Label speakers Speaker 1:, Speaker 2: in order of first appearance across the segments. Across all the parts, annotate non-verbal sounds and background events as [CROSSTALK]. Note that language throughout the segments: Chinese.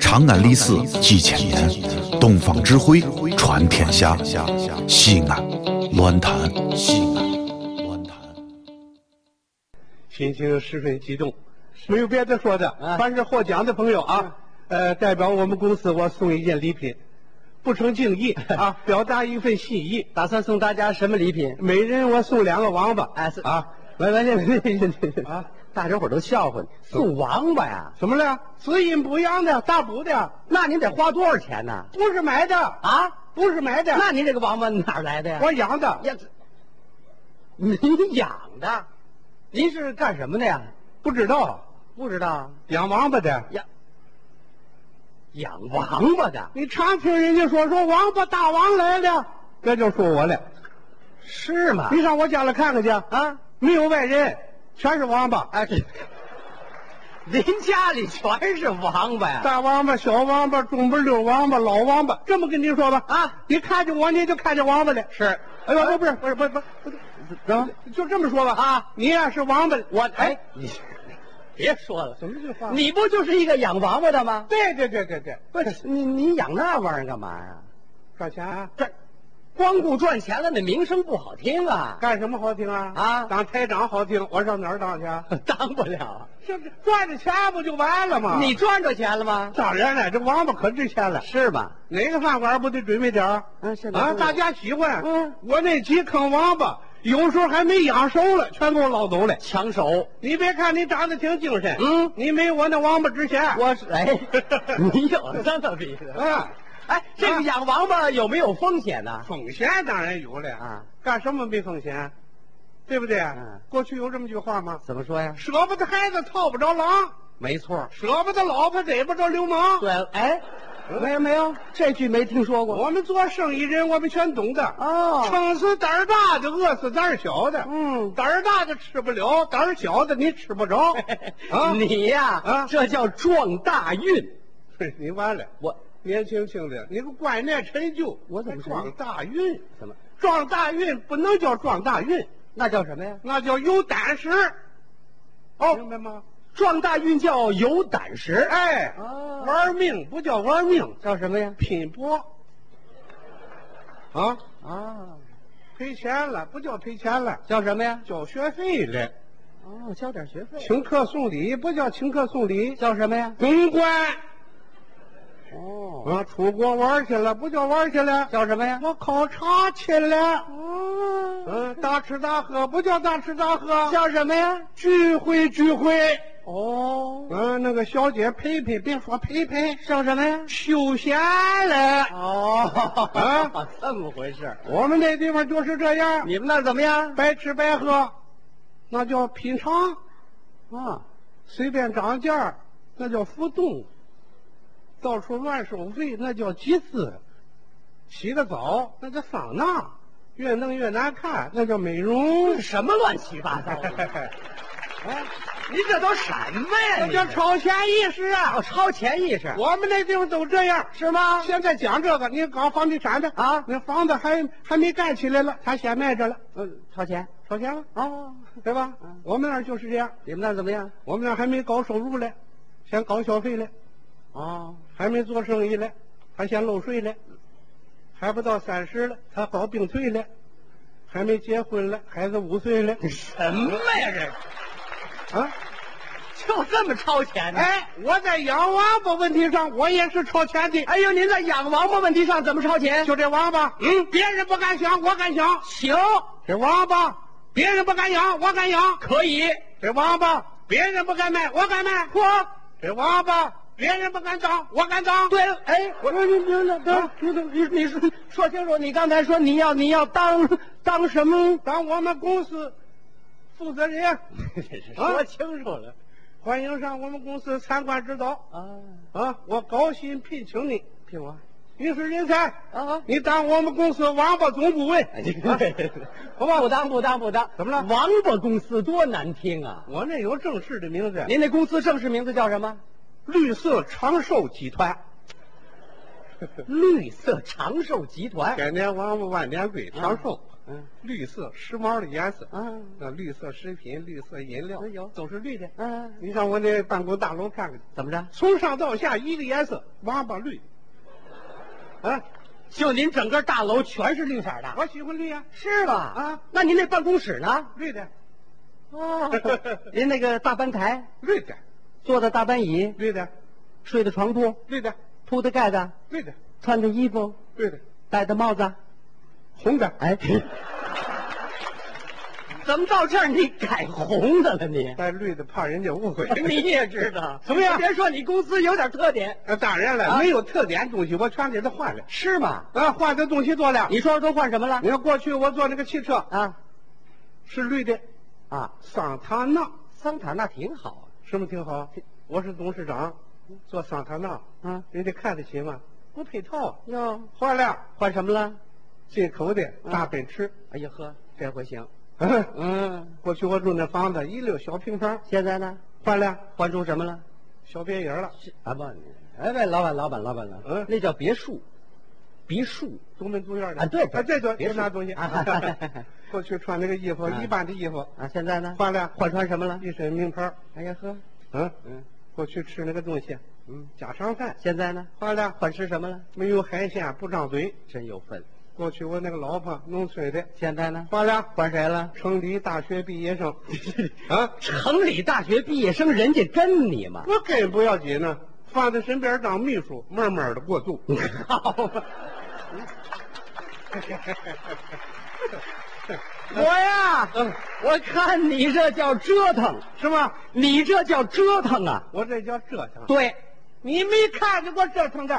Speaker 1: 长安历史几千年，东方智慧传天下。西安，乱谈西安，乱谈。
Speaker 2: 心情十分激动，没有别的说的，
Speaker 3: 啊
Speaker 2: 凡是获奖的朋友啊，
Speaker 3: 嗯
Speaker 2: 呃，代表我们公司，我送一件礼品，不成敬
Speaker 3: [LAUGHS]
Speaker 2: 意啊，表达一份心意。
Speaker 3: 打算送大家什么礼品？
Speaker 2: 每人我送两个王八
Speaker 3: 哎，是
Speaker 2: 啊，
Speaker 3: 来来来来来
Speaker 2: 啊
Speaker 3: 啊！大家伙儿都笑话你，送王八呀？
Speaker 2: 怎么了？滋阴补阳的，大补的，
Speaker 3: 那您得花多少钱呢？
Speaker 2: 不是买的啊，
Speaker 3: 啊？
Speaker 2: 不是买的，
Speaker 3: 那您这个王八哪儿来的呀？
Speaker 2: 我养的。
Speaker 3: 呀，这您养的？您是干什么的呀？
Speaker 2: 不知道
Speaker 3: 不知道
Speaker 2: 养王八的，
Speaker 3: 呀？养王八的？
Speaker 2: 你常听人家说说王八大王来了，那就说我了。
Speaker 3: 是吗
Speaker 2: 你上我家里看看去啊，没有外人，全是王八，
Speaker 3: 哎，这您家里全是王八呀？
Speaker 2: 大王八、小王八、中不溜王八、老王八。这么跟您说吧，
Speaker 3: 啊，
Speaker 2: 你看见我你就看见王八了。
Speaker 3: 是，
Speaker 2: 哎呦，不是不是不是不是不是，怎么就这么说吧啊？你呀是王八，
Speaker 3: 我哎，你别说了，
Speaker 2: 怎么这话？
Speaker 3: 你不就是一个养王八的吗？
Speaker 2: 对对对对对，
Speaker 3: 不是你你养那玩意儿干嘛呀？
Speaker 2: 干啥？
Speaker 3: 这光顾赚钱了，那名声不好听啊！ [LAUGHS]
Speaker 2: 干什么好听啊？
Speaker 3: 啊
Speaker 2: 当台长好听，我上哪儿当去
Speaker 3: [LAUGHS]
Speaker 2: 啊？
Speaker 3: 当不了，
Speaker 2: 这不赚着钱不就完了吗？
Speaker 3: 你赚着钱了吗？
Speaker 2: 当然了，这王八可值钱了，
Speaker 3: 是吧？
Speaker 2: 哪个饭馆不得准备点儿？
Speaker 3: 嗯是的
Speaker 2: 啊，
Speaker 3: 是的
Speaker 2: 大家喜欢。
Speaker 3: 嗯，
Speaker 2: 我那几坑王八，有时候还没养熟了，全给我捞走了。
Speaker 3: 抢手，
Speaker 2: 你别看你长得挺精神，
Speaker 3: 嗯
Speaker 2: 你没我那王八值钱。
Speaker 3: 我是哎， [LAUGHS] 你有这么比的？
Speaker 2: 啊，
Speaker 3: 哎，这
Speaker 2: 啊
Speaker 3: 个养王八有没有风险呢？
Speaker 2: 风险当然有了
Speaker 3: 啊，
Speaker 2: 干什么没风险？对不对？
Speaker 3: 嗯
Speaker 2: 过去有这么句话吗？
Speaker 3: 怎么说呀？
Speaker 2: 舍不得孩子套不着狼，
Speaker 3: 没错，
Speaker 2: 舍不得老婆逮不着流氓。
Speaker 3: 对了，哎，
Speaker 2: 嗯
Speaker 3: 没有没有，这句没听说过。
Speaker 2: 我们做生意人，我们全懂的。
Speaker 3: 哦，
Speaker 2: 撑死胆儿大的，饿死胆儿小的。
Speaker 3: 嗯，
Speaker 2: 胆儿大的吃不了，胆儿小的你吃不着。啊，
Speaker 3: 你呀、
Speaker 2: 啊
Speaker 3: 这叫撞大运。
Speaker 2: [LAUGHS] 你完了，
Speaker 3: 我
Speaker 2: 年轻轻的，你个观念陈旧，
Speaker 3: 我怎么
Speaker 2: 还
Speaker 3: 陈旧
Speaker 2: 撞大运？
Speaker 3: 怎么？
Speaker 2: 撞大运不能叫撞大运，
Speaker 3: 那叫什么呀？
Speaker 2: 那叫有胆识。
Speaker 3: 哦
Speaker 2: 明白吗？
Speaker 3: 撞大运叫有胆识。
Speaker 2: 哎，
Speaker 3: 哦
Speaker 2: 玩命不叫玩命，
Speaker 3: 叫什么呀？
Speaker 2: 拼搏。啊，
Speaker 3: 啊，
Speaker 2: 赔钱了不叫赔钱了，
Speaker 3: 叫什么呀？
Speaker 2: 交学费了。
Speaker 3: 哦，交点学费
Speaker 2: 请客送礼不叫请客送礼，
Speaker 3: 叫什么呀？
Speaker 2: 公关。
Speaker 3: 哦，
Speaker 2: 啊，出国玩去了，不叫玩去了，
Speaker 3: 叫什么呀？
Speaker 2: 我考察去了。
Speaker 3: 哦，
Speaker 2: 嗯，大吃大喝不叫大吃大喝，
Speaker 3: 叫什么呀？
Speaker 2: 聚会聚会。
Speaker 3: 哦，
Speaker 2: 嗯，那个小姐陪陪，别说陪陪，
Speaker 3: 叫什么呀？
Speaker 2: 休闲了。[LAUGHS]
Speaker 3: 哦，
Speaker 2: 啊，
Speaker 3: 这么回事。
Speaker 2: 我们那地方就是这样，
Speaker 3: 你们那儿怎么样？
Speaker 2: 白吃白喝，那叫品尝；
Speaker 3: 啊，
Speaker 2: 随便涨价儿，那叫浮动；到处乱收费，那叫集资；洗个澡，那叫桑拿；越弄越难看，那叫美容。
Speaker 3: 什么乱七八糟的？啊哎，您这都什么呀？
Speaker 2: 那叫超前意识啊！
Speaker 3: 哦，超前意识。
Speaker 2: 我们那地方都这样，
Speaker 3: 是吗
Speaker 2: 现在讲这个，你搞房地产的
Speaker 3: 啊
Speaker 2: 那房子还还没盖起来了，他先卖着了，
Speaker 3: 嗯，超前。
Speaker 2: 超前了，
Speaker 3: 哦，
Speaker 2: 对吧？
Speaker 3: 嗯
Speaker 2: 我们那儿就是这样，
Speaker 3: 你们那儿怎么样？
Speaker 2: 我们那儿还没搞收入嘞，先搞消费嘞，
Speaker 3: 哦，
Speaker 2: 还没做生意嘞，还先漏税嘞，还不到三十了，他搞病退嘞，还没结婚了，孩子五岁了，
Speaker 3: 什么呀？这
Speaker 2: 啊！
Speaker 3: 就这么超前呢？
Speaker 2: 哎，我在养王八问题上，我也是超前的。
Speaker 3: 哎呦，您在养王八问题上怎么超前？
Speaker 2: 就这王八，嗯，别人不敢想，我敢想。
Speaker 3: 行，
Speaker 2: 这王八，别人不敢养，我敢养；
Speaker 3: 可以。
Speaker 2: 这王八，别人不敢卖，我敢卖；嚯，这王八，别人不敢当，我敢当。
Speaker 3: 对了，哎，我说你你
Speaker 2: 啊
Speaker 3: 你你你说说清楚，你刚才说你要你要当当什么？
Speaker 2: 当我们公司负责人，
Speaker 3: 说清楚了
Speaker 2: 欢迎上我们公司参观指导
Speaker 3: 啊
Speaker 2: 啊！我高薪聘请你，
Speaker 3: 听我
Speaker 2: 你是人才，
Speaker 3: 啊！
Speaker 2: 你当我们公司王八总啊顾问。
Speaker 3: 不不当不当不当，怎么了？王八公司多难听啊！
Speaker 2: 我那有正式的名字，
Speaker 3: 您那公司正式名字叫什么？
Speaker 2: 绿色长寿集团。
Speaker 3: [LAUGHS] 绿色长寿集团。
Speaker 2: 百年王八万年龟，长寿，
Speaker 3: 嗯
Speaker 2: 绿色时髦的颜色，
Speaker 3: 啊，
Speaker 2: 那绿色食品、绿色饮料
Speaker 3: 哎呦，
Speaker 2: 总是绿的。啊
Speaker 3: 嗯，
Speaker 2: 你上我那办公大楼看看，
Speaker 3: 怎么着？
Speaker 2: 从上到下一个颜色，王八绿。啊，
Speaker 3: 就您整个大楼全是绿色的？
Speaker 2: 我喜欢绿呀，
Speaker 3: 是吧？
Speaker 2: 啊，
Speaker 3: 那您那办公室 [LAUGHS] 呢？
Speaker 2: 绿的，
Speaker 3: 哦，您那个大班台，
Speaker 2: 绿的，
Speaker 3: 坐的大班椅，
Speaker 2: 绿的，
Speaker 3: 睡的床铺，
Speaker 2: 绿的，
Speaker 3: 铺的盖子，
Speaker 2: 绿的，
Speaker 3: 穿的衣服，
Speaker 2: 绿的，
Speaker 3: 戴的帽子，
Speaker 2: 红的。
Speaker 3: 哎， [LAUGHS] 怎么到这儿你改红的了你？
Speaker 2: 戴绿的怕人家误会。
Speaker 3: [LAUGHS] 你也知
Speaker 2: [LAUGHS]
Speaker 3: 道，
Speaker 2: 怎么样
Speaker 3: 别说你公司有点特点，
Speaker 2: 啊，当然了，
Speaker 3: 啊
Speaker 2: 没有特点东西，我全给他换了。
Speaker 3: 是吗？
Speaker 2: 啊，换的东西多了。
Speaker 3: 你说说都换什么了
Speaker 2: 你？看过去我坐那个汽车
Speaker 3: 啊
Speaker 2: 是绿的，
Speaker 3: 啊，
Speaker 2: 桑塔纳，
Speaker 3: 桑塔纳挺好啊
Speaker 2: 是不是挺好？我是董事长，坐桑塔纳，
Speaker 3: 啊。啊，
Speaker 2: 人家看得起吗？不配套。
Speaker 3: 哟，
Speaker 2: 换了
Speaker 3: 换什么了？
Speaker 2: 进口的大奔驰。
Speaker 3: 哎呀呵，这回行。嗯，
Speaker 2: [LAUGHS] 过去我住那房子一溜小平房，
Speaker 3: 现在呢？
Speaker 2: 换了
Speaker 3: 换出什么了？
Speaker 2: 小别野了，
Speaker 3: 是啊不，哎喂，老板，老板，老板了，
Speaker 2: 嗯
Speaker 3: 那叫别墅，别墅
Speaker 2: 独门独院的
Speaker 3: 啊对对
Speaker 2: 啊对对，别
Speaker 3: 别说
Speaker 2: 拿东西
Speaker 3: 啊。
Speaker 2: [LAUGHS] 过去穿那个衣服，
Speaker 3: 啊
Speaker 2: 一般的衣服，
Speaker 3: 啊。现在呢？
Speaker 2: 换了
Speaker 3: 换穿什么了？
Speaker 2: 一身名牌。
Speaker 3: 哎呀呵，
Speaker 2: 嗯，
Speaker 3: 嗯
Speaker 2: 过去吃那个东西，
Speaker 3: 嗯。
Speaker 2: 家常饭。
Speaker 3: 现在呢？
Speaker 2: 换了
Speaker 3: 换吃什么了？
Speaker 2: 没有海鲜不张嘴。
Speaker 3: 真有份。
Speaker 2: 过去我那个老婆农村的，
Speaker 3: 现在呢？
Speaker 2: 换了
Speaker 3: 换谁了？
Speaker 2: 城里大学毕业
Speaker 3: [LAUGHS]
Speaker 2: 生，啊，
Speaker 3: 城里大学毕业生，人家跟你吗？
Speaker 2: 我根不要紧呢，放在身边当秘书，慢慢的过渡。
Speaker 3: 嗯好吧。 [LAUGHS] 我呀，我看你这叫折腾，
Speaker 2: 是吗？
Speaker 3: 你这叫折腾啊！
Speaker 2: 我这叫折腾。
Speaker 3: 对，
Speaker 2: 你没看见过折腾的，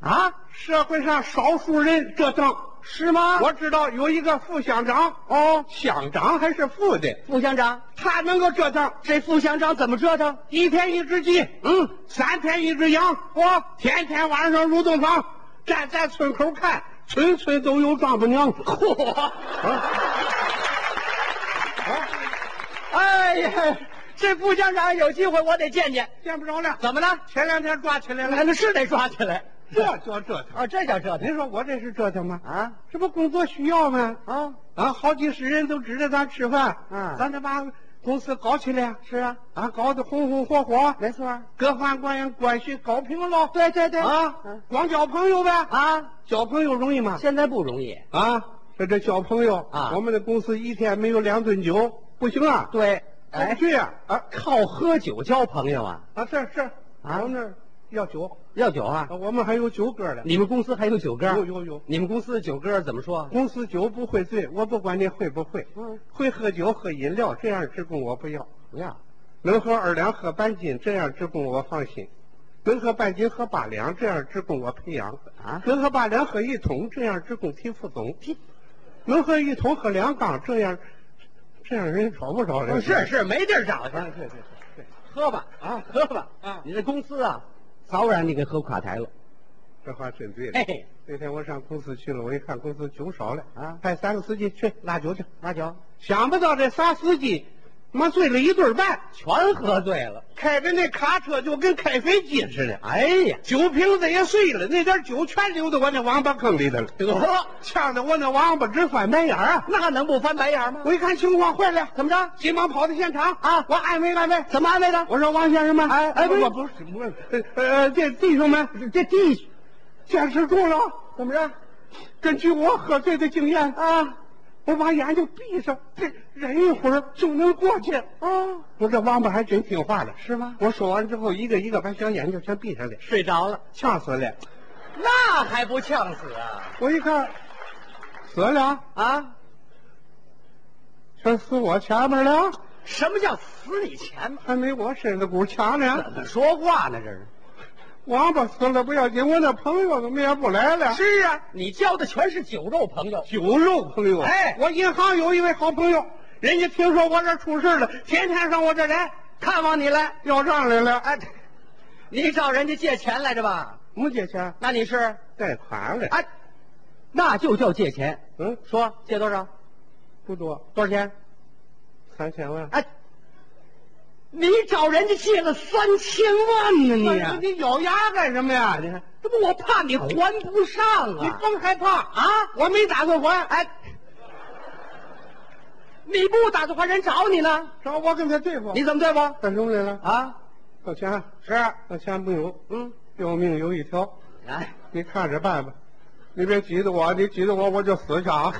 Speaker 3: 啊，
Speaker 2: 社会上少数人折腾。
Speaker 3: 是吗？
Speaker 2: 我知道有一个副乡长，哦，乡长还是副的，
Speaker 3: 副乡长，
Speaker 2: 他能够折腾，
Speaker 3: 这副乡长怎么折腾？
Speaker 2: 一天一只鸡，
Speaker 3: 嗯，
Speaker 2: 三天一只羊，哦，天天晚上入洞房，站在村口看，村村都有丈母娘。
Speaker 3: 嚯！ [LAUGHS] 哎呀，这副乡长有机会我得见见。
Speaker 2: 见不着了，
Speaker 3: 怎么了？
Speaker 2: 前两天抓起来了，
Speaker 3: 那是得抓起来。
Speaker 2: 这叫折腾。
Speaker 3: 哦，这叫折腾
Speaker 2: 您说我这是折腾吗？
Speaker 3: 啊
Speaker 2: 这不工作需要吗？
Speaker 3: 啊！
Speaker 2: 啊，好几十人都指着咱吃饭，
Speaker 3: 嗯
Speaker 2: 咱得把公司搞起来，
Speaker 3: 是啊，
Speaker 2: 啊，搞得红红火火，
Speaker 3: 没错儿。
Speaker 2: 各方关关系搞平了，
Speaker 3: 对对对
Speaker 2: 啊
Speaker 3: 嗯，
Speaker 2: 光交朋友呗，
Speaker 3: 啊，
Speaker 2: 交朋友容易吗？
Speaker 3: 现在不容易。
Speaker 2: 啊，这这交朋友
Speaker 3: 啊
Speaker 2: 我们的公司一天没有两顿酒不行啊，
Speaker 3: 对，
Speaker 2: 过不去啊，啊
Speaker 3: 靠喝酒交朋友啊，
Speaker 2: 啊，是是，
Speaker 3: 啊
Speaker 2: 我们那儿要酒，
Speaker 3: 要酒啊
Speaker 2: 啊。我们还有酒歌呢，
Speaker 3: 你们公司还有酒歌？
Speaker 2: 有有有，
Speaker 3: 你们公司的酒歌怎么说？
Speaker 2: 公司酒不会醉，我不管你会不会，
Speaker 3: 嗯，
Speaker 2: 会喝酒喝饮料这样职工我不要。
Speaker 3: 不要。
Speaker 2: 能喝二两喝半斤，这样职工我放心；能喝半斤喝八两，这样职工我培养；
Speaker 3: 啊
Speaker 2: 能喝八两喝一桶，这样职工提副总
Speaker 3: 提；
Speaker 2: 能喝一桶喝两缸，这样这样人少不少人？
Speaker 3: 哦是是，没地儿找去。
Speaker 2: 啊，对对对对，
Speaker 3: 喝吧啊，喝吧
Speaker 2: 啊
Speaker 3: 你这公司啊，早让你给喝垮台了。
Speaker 2: 这话真对了。
Speaker 3: 嘿嘿，
Speaker 2: 那天我上公司去了，我一看公司酒少了
Speaker 3: 啊
Speaker 2: 派三个司机去拉酒去。
Speaker 3: 拿酒
Speaker 2: 想不到这仨司机，妈醉了一顿半，
Speaker 3: 全喝醉了。
Speaker 2: 开着那卡车就跟开飞机似的。
Speaker 3: 哎呀，
Speaker 2: 酒瓶子也碎了，那点酒全流到我那王八坑里头了，
Speaker 3: 得，
Speaker 2: 呛得我那王八直翻白眼儿啊！
Speaker 3: 那能不翻白眼吗？
Speaker 2: 我一看情况坏了，
Speaker 3: 怎么着？
Speaker 2: 急忙跑到现场
Speaker 3: 啊
Speaker 2: 我安慰安慰。
Speaker 3: 怎么安慰的？
Speaker 2: 我说王先生们，
Speaker 3: 哎哎
Speaker 2: 不
Speaker 3: 不是
Speaker 2: 不是不是，呃呃，这弟兄们，
Speaker 3: 这地
Speaker 2: 坚持住了。
Speaker 3: 怎么着？
Speaker 2: 根据我喝醉的经验，
Speaker 3: 啊
Speaker 2: 我把眼睛闭上，这忍一会儿就能过去。
Speaker 3: 啊，
Speaker 2: 我这王八还真听话了。
Speaker 3: 是吗？
Speaker 2: 我说完之后，一个一个把小眼睛全闭上了，
Speaker 3: 睡着了，
Speaker 2: 呛死了。
Speaker 3: 那还不呛死啊？
Speaker 2: 我一看，死了，
Speaker 3: 啊？
Speaker 2: 全死我前面了。
Speaker 3: 什么叫死你前面？
Speaker 2: 还没我身子骨强
Speaker 3: 怎
Speaker 2: 呢。
Speaker 3: 么说话呢？这是？
Speaker 2: 王八死了不要紧，我那朋友怎么也不来了？
Speaker 3: 是啊，你交的全是酒肉朋友。
Speaker 2: 酒肉朋友
Speaker 3: 哎
Speaker 2: 我银行有一位好朋友，人家听说我这出事了，天天上我这来
Speaker 3: 看望你来，
Speaker 2: 要账来了，
Speaker 3: 哎，你找人家借钱来着吧？
Speaker 2: 没借钱，
Speaker 3: 那你是？
Speaker 2: 贷款了。
Speaker 3: 哎，那就叫借钱。
Speaker 2: 嗯，
Speaker 3: 说借多少？
Speaker 2: 不多，
Speaker 3: 多少钱？
Speaker 2: 三千万。
Speaker 3: 哎，你找人家借了三千万呢，你啊
Speaker 2: 哎你你咬牙干什么呀？你看，
Speaker 3: 这不我怕你还不上
Speaker 2: 你
Speaker 3: 啊！
Speaker 2: 光害怕啊！
Speaker 3: 啊，
Speaker 2: 我没打算还，
Speaker 3: 哎，你不打算还人找你呢？
Speaker 2: 找我跟他对付。
Speaker 3: 你怎么对付？
Speaker 2: 干什么来了？
Speaker 3: 啊，
Speaker 2: 小钱，
Speaker 3: 是，
Speaker 2: 小钱没有，
Speaker 3: 嗯，
Speaker 2: 要命有一条，
Speaker 3: 哎，
Speaker 2: 你看着办吧。你别急着我，你急着我我就死去啊！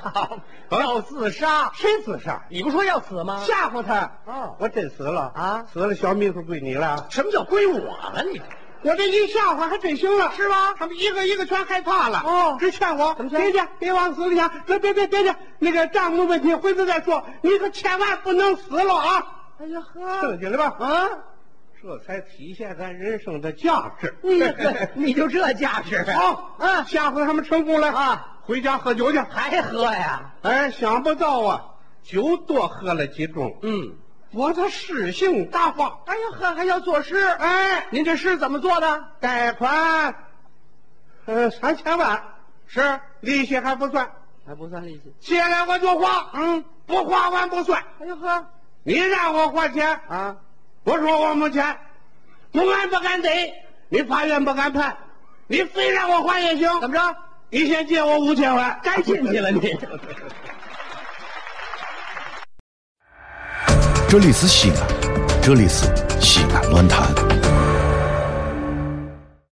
Speaker 3: 好，要自
Speaker 2: [LAUGHS]
Speaker 3: 杀，
Speaker 2: 谁自杀？
Speaker 3: 你不说要死吗？
Speaker 2: 吓唬他。
Speaker 3: 哦
Speaker 2: 我真死了
Speaker 3: 啊
Speaker 2: 死了小秘书归你了。
Speaker 3: 什么叫归我了？你
Speaker 2: 我这一吓唬还真行了，
Speaker 3: 是吧
Speaker 2: 他们一个一个全害怕了，
Speaker 3: 哦
Speaker 2: 直劝我
Speaker 3: 怎么劝
Speaker 2: 别去，别往死里想，别别别别去，那个账目问题回头再说，你可千万不能死了啊！
Speaker 3: 哎呀
Speaker 2: 听
Speaker 3: 呵，
Speaker 2: 见了吧？
Speaker 3: 啊，
Speaker 2: 这才体现咱人生的价值。[LAUGHS]
Speaker 3: 你这你就这架势，
Speaker 2: 好，
Speaker 3: 啊，
Speaker 2: 吓唬他们成功了
Speaker 3: 啊，
Speaker 2: 回家喝酒去。
Speaker 3: 还喝呀？
Speaker 2: 哎，想不到啊，酒多喝了几盅，
Speaker 3: 嗯，
Speaker 2: 我的诗性大发。
Speaker 3: 哎呀呵，还要作诗？
Speaker 2: 哎，
Speaker 3: 您这诗怎么做的？
Speaker 2: 贷款，呃，三千万，是利息还不算，
Speaker 3: 还不算利息。
Speaker 2: 借来我就花，嗯，不花完不算。
Speaker 3: 哎呀呵，
Speaker 2: 你让我还钱，
Speaker 3: 啊，
Speaker 2: 我说我没钱，公安不敢逮，你法院不敢判，你非让我还也行。
Speaker 3: 怎么着？
Speaker 2: 你先借我五千万，
Speaker 3: 该进去了你。
Speaker 1: 这里是西安，这里是西安论坛。